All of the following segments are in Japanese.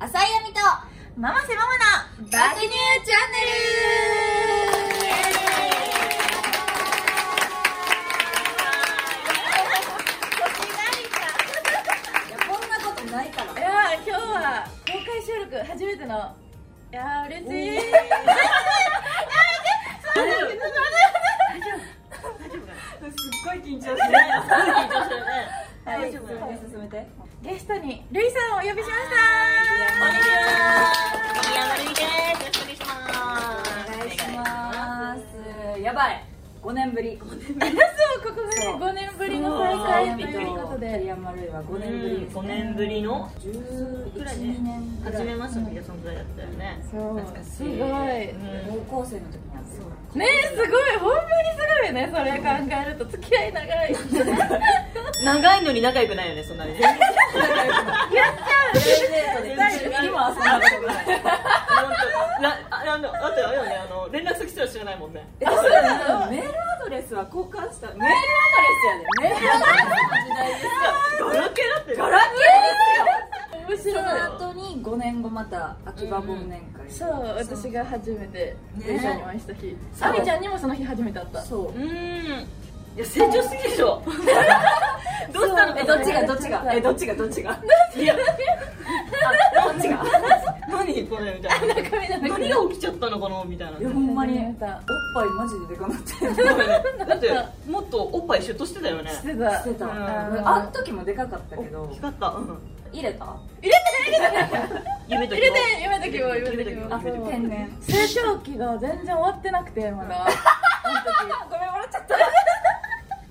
浅井亜美とママセママの爆乳チャンネルいやこんなことないからいやー今日は公開収録初めてのいやー嬉しいすっごい緊張してね。はいすごい緊張してるね。はい、進めて。ゲストにルイさんをお呼びしましこんにちは。宮丸です。よろしくお願いします。お願いします。たお願いしますやばい。5年ぶり。そうここがね5年ぶりの再会ということキリでアンマルイは5年ぶりですね。五年ぶりの11らいね年ぐら初めい。ましての皆さんぐらいだったよね。そう懐かしいすごいね高校生の時にやってすごい本当にすごいねそれ考えると付き合い長いやっち長いのに仲良くないよね、そんなに。本ゃうた。デートで一緒にも遊んだことぐらい。当なあのだってあれよね、あの連絡先すら知らないもんね。えそうなのメールアドレスは交換した。メールアドレスやで。メールアドレスの時代ですよ。ガラケーだって。ガラケ面白いーですよ。その後に5年後また秋葉忘年会。そう私が初めてね電車にお会いした日そうあみちゃんにもその日初めて会ったそう。うん。いや成長すぎでしょ。どうしたのえどっちがどっちがえどっちがどっちがいや、どっち が何これみたいな。髪の毛何が起きちゃったのかなみたいな。いやほんまにおっぱいマジででかなってだってもっとおっぱいシュッとしてたよね。してたしてたうんあん時もでかかったけど光った。うん。入れた夢と入れて夢だけを夢だけをあそう天然成長期が全然終わってなくてまだごめん笑っちゃった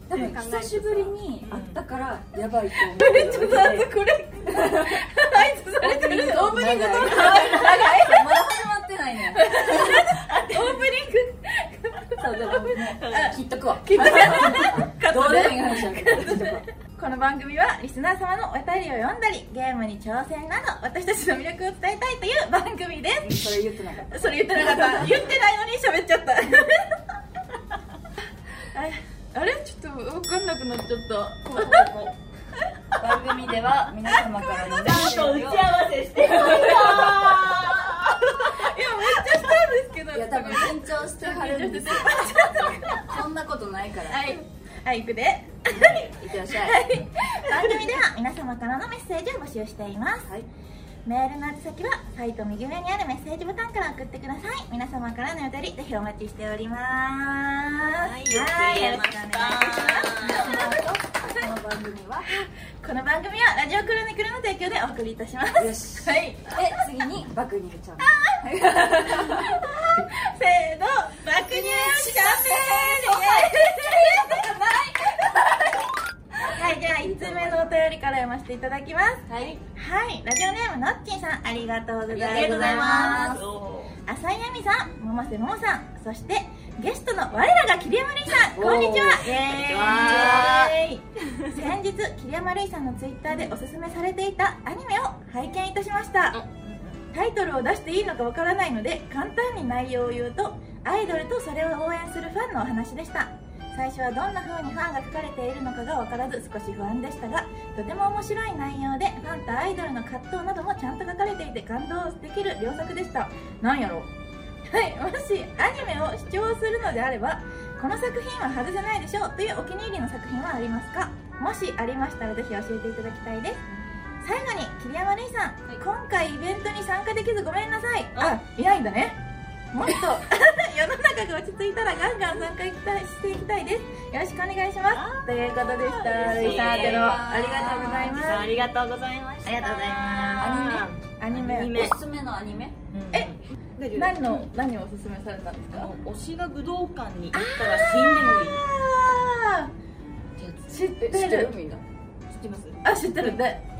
多分久しぶりに会ったからやばいと思え ちょっと待ってこれ挨拶されてるオープニングどうぞまだ始まってないねオープニングそうでも切っとくわ聞いてどうでもいい話だけど切っとくわこの番組はリスナー様のお便りを読んだりゲームに挑戦など私たちの魅力を伝えたいという番組でそれ言ってなかったすそれ言ってなかった言ってないのに喋っちゃったあれ あれちょっと分かんなくなっちゃったこう番組では皆様からのメちょっと打ち合ッセーわジをせしてたいやめっちゃしたんですけどいや多分緊張してはるんですよこんなことないからはいはい行くでいってらっしゃい番組では皆様からのメッセージを募集しています、はいメールの宛先はサイト右上にあるメッセージボタンから送ってください皆様からのお便りぜひお待ちしておりますはいよろしくお願いしますこの番組はこの番組はラジオクロニクルの提供でお送りいたしますよしはいえ次にバクニルちゃんせーの爆乳チャンネルはいじゃあ1つ目のお便りから読ませていただきますはいはいラジオネームのっちんさんありがとうございますありがとうございます浅井亜美さん百瀬桃さんそしてゲストの我らが桐山瑠衣さんこんにちおはーイはエーイ先日桐山瑠衣さんのツイッターでおすすめされていたアニメを拝見いたしましたタイトルを出していいのかわからないので簡単に内容を言うとアイドルとそれを応援するファンのお話でした最初はどんな風にファンが書かれているのかが分からず少し不安でしたがとても面白い内容でファンとアイドルの葛藤などもちゃんと書かれていて感動できる良作でしたなんやろはいもしアニメを視聴するのであればこの作品は外せないでしょうというお気に入りの作品はありますかもしありましたらぜひ教えていただきたいです最後に桐山玲さん、今回イベントに参加できずごめんなさいあいないんだねも っと世の中が落ち着いたらガンガン参加していきたいですよろしくお願いしますということでしたルイサーテロありがとうございますありがとうございましたありがとうございまアニメアニメおすすめのアニメえ何の何をおすすめされたんですか推しが武道館に行ったら死んでもいいあってやー知ってるみんなつ知ってますあ知ってるんで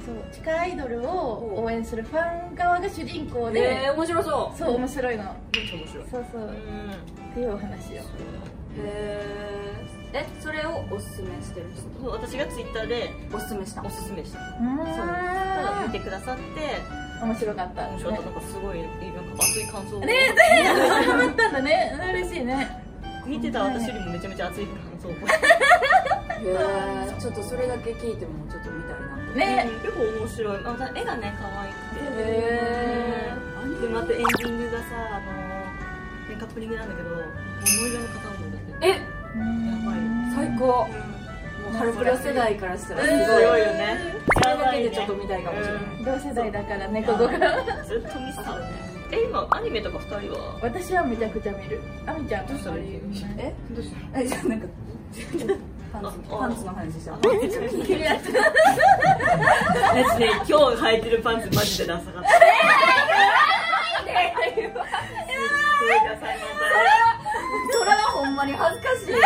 そう地下アイドルを応援するファン側が主人公で、えー面白そそう面白いのめっちゃ面白いそうそう、っていうお話ようへええそれをおすすめしてるうんそう私がツイッターで人おすすめしたおすすめしたうーんそうただ見てくださって面白かった面白かったなんかすごいなんか熱い感想をね えハマったんだねうん嬉しいね見てた私よりもめちゃめちゃ熱い感想をへえちょっとそれだけ聞いてもちょっと見たいなね結構面白いあじゃあ絵がね可愛くてへでまたエンディングがさあの、ね、カップリングなんだけどモノイロの片思いだってええやばい、最高うもうハロプロ世代からしたらすん、ご強いいよねそれだけでちょっと見たいかもしれない同世代だからねここがうんずっと見てたねえ今アニメとか二人は私はめちゃくちゃ見るあみちゃんどうしたのえどうしたえじゃあなんかパあンツあパンツの話したの私 ね今日履いてるパンツマジでダサかった えそれはほんまに恥ずかしいそれだ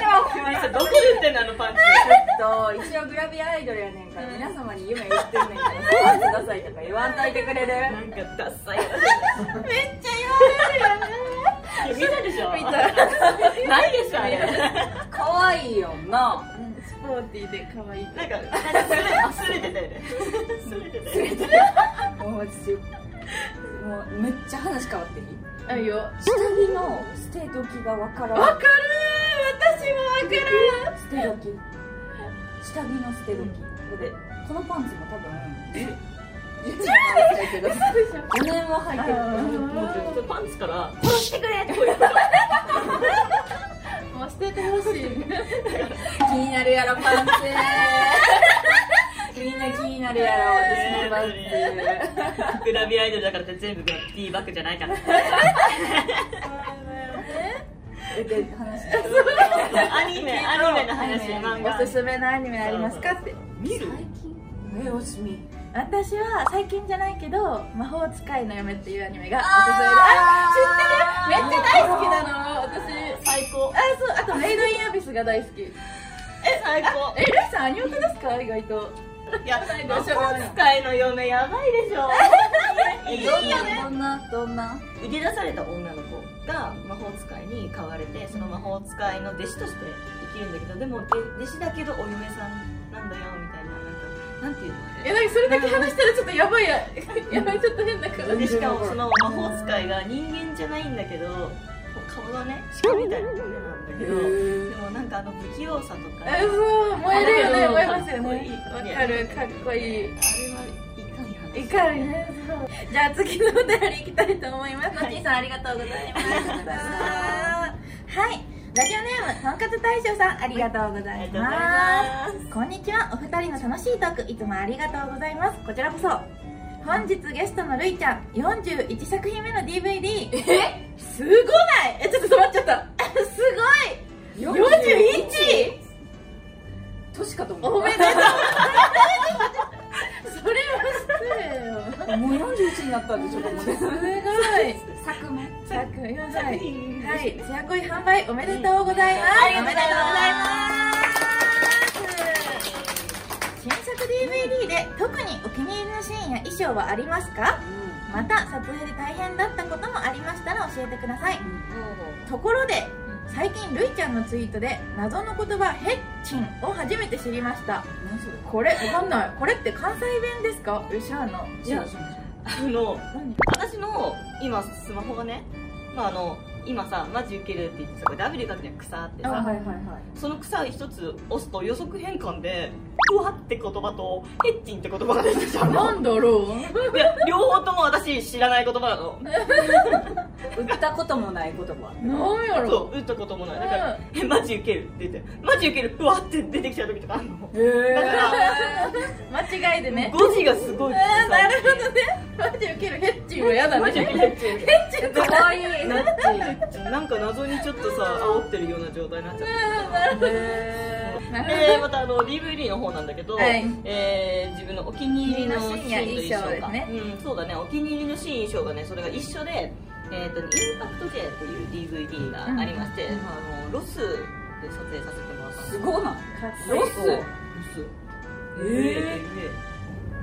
けはほんまにどこで売ってんのあのパンツと一応グラビアアイドルやねんから皆様に夢言ってんねんからパンツダサいとか言わんといてくれるなんかダサいよねめっちゃ言われるよね見たでしょ見たないでしょあれ可愛いよなスポーティーで可愛いなんかすれてたよねすれてたよねもう私もうめっちゃ話変わっていいあるよわ下着の捨て時がわからんかる私もわかる捨て時下着の捨て時でこのパンツも多分10年は履いてるけど5年は履いてるもうちょっとパンツから「殺してくれ!」って声がもう捨ててほしい気になるやろパン ツみんな気になるやろ私のパンツグラビアアイドルだからって全部グラティーバッグじゃないからえで話してアニメアニメの話漫画おすすめのアニメありますかって見る目をしみ私は最近じゃないけど「魔法使いの嫁」っていうアニメがおすすめでああ知ってるめっちゃ大好きなの私最高あそうあとメイドインアビスが大好きえ最高ルイさんアニオタですか意外といや魔法使いの嫁やばいでしょいいよねどんなどんな逃げ出された女の子が魔法使いに買われてその魔法使いの弟子として生きるんだけどでもで弟子だけどお嫁さんなんだよみたいななんかなんていうのあいれやなんかそれだけ話したらちょっとやばいややばいちょっと変だからでしかもその魔法使いが人間じゃないんだけどこう顔がね鹿みたいな感じなんだけどでもなんかあの不器用さとかああれはそう燃えるよねうん燃えますよねかっこいいわかるかっこいいいかに話いかるねそうじゃあ次のお便りいきたいと思います、はいのちんさんありがとうございましたはいラジオネームとんかつ大将さんありがとうござありがとういございますますこんにちはお二人の楽しいトークいつもありがとうございますこちらこそ本日ゲストのるいちゃん41作品目の DVD えすごないえちょっと止まっちゃったすごい 41! 年かと思おっめでとうそれは失たもう41になったんでちょっと待って礼よすごい作目さくん4歳品はいつや恋販売おめでとうございます、おめでとううんございます新作 DVD で特にお気に入りのシーンや衣装はありますかまた撮影で大変だったこともありましたら教えてくださいところで最近るいちゃんのツイートで謎の言葉ヘッチンを初めて知りました何それこれわかんないこれって関西弁ですかうしゃーのいやあの何私の今スマホがね、まあ、あの今さマジウケるって言ってさこれ W 書くじゃん草ってあさはいはいはいその草一つ押すと予測変換で「うわ」って言葉と「ヘッチン」って言葉が出てきちゃうのなんだろいや両方とも私知らない言葉なの売ったこともない言葉うなんやろそう打ったこともないだから「えマジウケる」って言って「マジウケる」うわって出てきちゃう時とかあるのへえだから間違いでね語字がすごいあーなるほどねマジウケるヘッチンは嫌だマねジウヘケるヘッッチンチンってかわいいヘッチンヘッチンなんか謎にちょっとさ煽ってるような状態になっちゃってなるえー、またあの DVD の方なんだけど、はいえー自分のお気に入りのシーンと衣装がお気に入りのシーンや衣装うん、そうだねお気に入りのシーン衣装がねそれが一緒で、えーとねインパクト J という DVD がありまして、まあ、あのロスで撮影させてもらったんですごいなほどロロススロスええ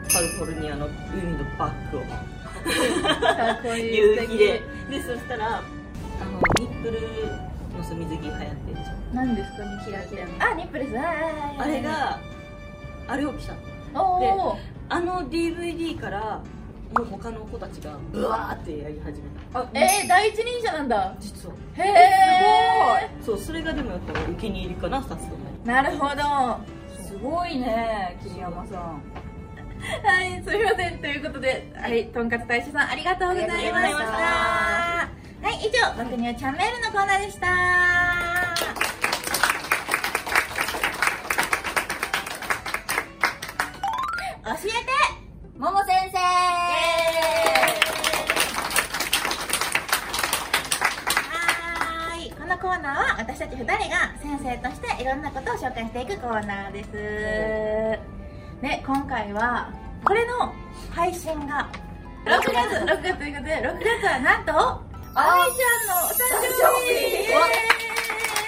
ーカリフォルニアの海のバックをかっこいい夕素日敵ででそしたらあのニップルのさ水着流行ってるじゃん何ですかねキラキラあニップレスあーあれがあれを着たのおおあの DVD からもう他の子たちがブワーってやり始めたあえー、第一人者なんだ実はへえそうそれがでもやっぱお気に入りかな2つともなるほどすすごいね桐山さんはい、すみません。ということで、はい、とんかつ大使さん、ありがとうございました。ありがとうございましたはい、以上、爆乳チャンネルのコーナーでした。教えてもも先生はーいこのコーナーは私たち2人が先生としていろんなことを紹介していくコーナーですで今回はこれの配信が6月6月ということで6月はなんとあいちゃんのお誕生日イエーイ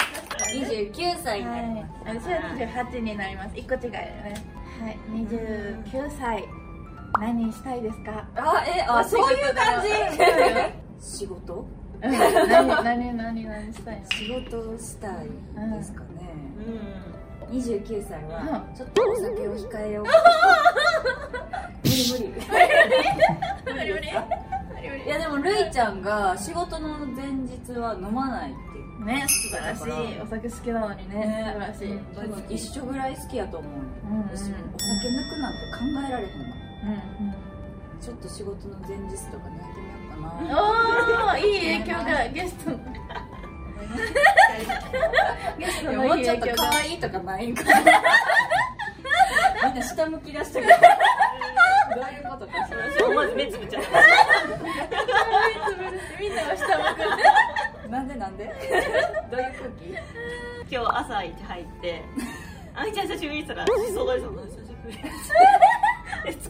はい私は29歳になりま、28になります1個違いだねはい29歳何したいですかす、あえあそういう感じ仕事うん何何何何したいの仕事したいですかね、う29歳はうちょっとお酒を控えよう無理無理無理無理いやでもるいちゃんが仕事の前日は飲まないっていうね素晴らしいお酒好きなのにね素晴らしい、うん多分一緒ぐらい好きやと思うよ、うんうん一緒にお酒抜くなんて考えられへんのうんちょっと仕事の前日とか抜いてみようかなおおいい影響がゲストのゲストのもいういちょっ影と響が可愛いとかないんかな みんな下向き出してくるどういうことかしらん。まず目つぶっち ゃった。みんなが下向くなんでなんで どういう空気今日朝一入って、あいちゃん久しぶりって言ったら、しそがりさん、久しぶり。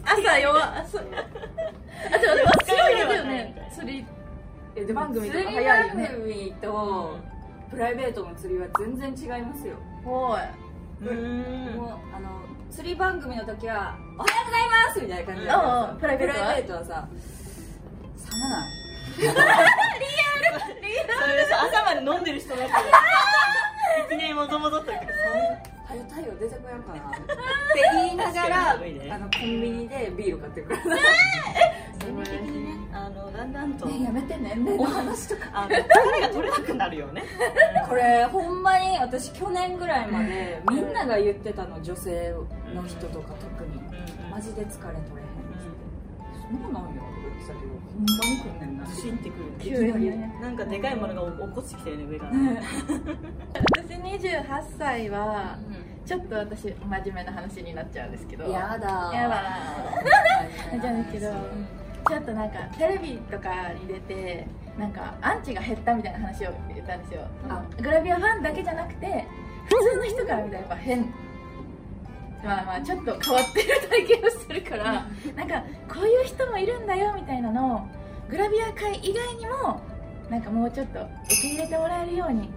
朝弱あそうあでもでも釣りあれだよね釣りえでも番組と釣かり早いよね番組とプライベートの釣りは全然違いますよ、おいうん。もうあの釣り番組の時は「おはようございます」みたいな感じだっうたんうんさプライベートはプライベートはさ冷まないそれでさ、朝まで飲んでる人だったら。一年もともとったけど、はよ太陽出てこやんか なって言いながら、確かに寒いねあのコンビニでビール買ってくる全面的にね、あの、だんだんと、ねやめて年齢の話とかあの、疲れが取れなくなるよね。これほんまに私去年ぐらいまでみんなが言ってたの女性の人とか特にマジで疲れ取れへんそうなんやとか言ってたけどほんまに来んねんなずしんってくる。急にねなんかでかいものが起こしてきたよね、上から。私28歳はちょっと私真面目な話になっちゃうんですけどやだやだ じゃないけどちょっとなんかテレビとかに出てなんかアンチが減ったみたいな話を言ったんですよあグラビアファンだけじゃなくて普通の人から見たらやっぱ変まあまあちょっと変わってる体験をしてるからなんかこういう人もいるんだよみたいなのをグラビア界以外にもなんかもうちょっと受け入れてもらえるように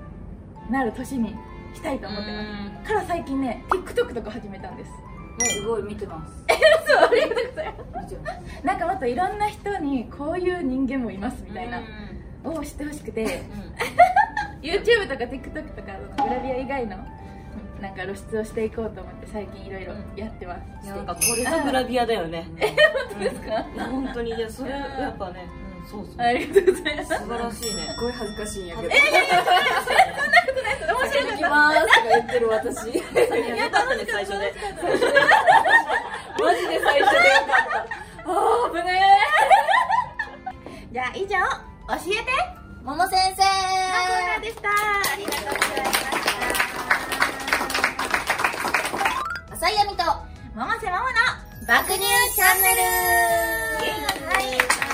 なる年にしたいと思ってますから最近ね TikTok とか始めたんですすごい見てますそうありがとうございま見てますすなんかもっといろんな人にこういう人間もいますみたいなを知ってほしくて YouTube とか TikTok とかグラビア以外のなんか露出をしていこうと思って最近いろいろやってます、いやなんかこれがグラビアだ よね。本当ですか、いや本当にいやそれやっぱね、うんそうそうありがとうございます素晴らしいねすごい恥ずかしいんやけど面白か行っきたますとか言ってるい私やだったね最初でマジで最初でよかったあー危ね じゃあ以上教えてえもものコーナー先生でしたありがとうございましたもも浅井亜美とせももの爆乳チャンネルはいそろ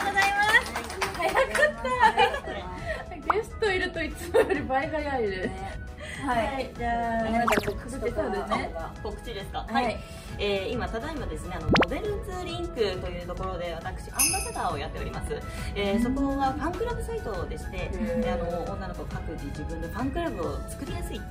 そろエンディングのお時間でございます早かったゲストいるといつもより倍早いですはい、じゃあ、なんか告知とかね。告知ですかはい、えー今ただいまですねあのモデルズリンクというところで私アンバサダーをやっております、えーそこはファンクラブサイトでしてへーであの女の子各自自分でファンクラブを作りやすいという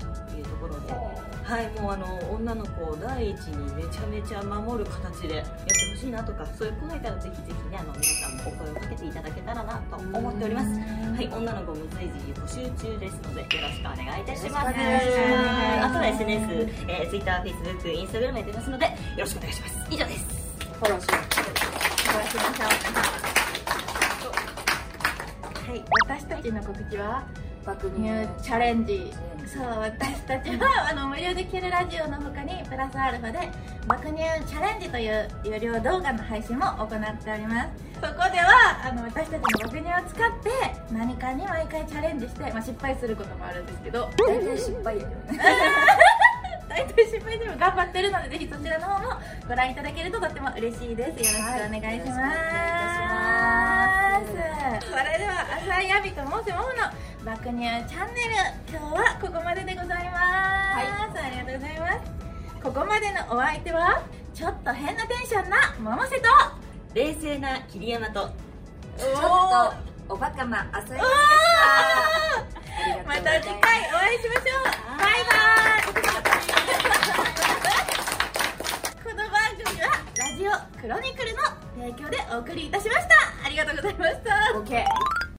ところではいもうあの女の子を第一にめちゃめちゃ守る形でやってほしいなとかそういう子がいたらぜひぜひねあの皆さんもお声をかけていただけたらなと思っておりますはい女の子も随時募集中ですのでよろしくお願いいたしまよろしすくお願いしますあとは SNS、えー、Twitter、Facebook、Instagram やってますのでよろしくお願いします以上ですフォローしよはい、私たちの告知は爆ニ乳ューチャレンジうんそう私たちはあの無料で聴けるラジオの他にプラスアルファで「爆乳チャレンジ」という有料動画の配信も行っておりますそこではあの私たちの爆乳を使って何かに毎回チャレンジして、まあ、失敗することもあるんですけど大体失敗やけどね大体失敗でも頑張ってるのでぜひそちらの方もご覧いただけるととっても嬉しいですよろしくお願いします,、はいよろしくお願いいたしますそれでは浅井亜美とモセモモの爆乳チャンネル今日はここまででございます、ありがとうございますここまでのお相手はちょっと変なテンションな百瀬と冷静な桐山とちょっとおバカな浅いおー